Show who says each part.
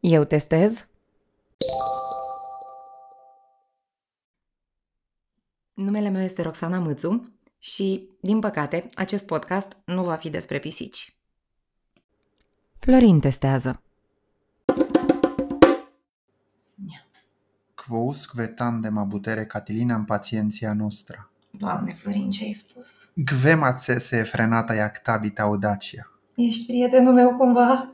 Speaker 1: Eu testez. Numele meu este Roxana Mâțu și, din păcate, acest podcast nu va fi despre pisici. Florin testează.
Speaker 2: Quousque tandem abutere Catilinam pacientia nostra.
Speaker 3: Doamne, Florin, ce ai spus?
Speaker 2: Gvem accese frenata iactabit audacia.
Speaker 3: Ești prietenul meu cumva?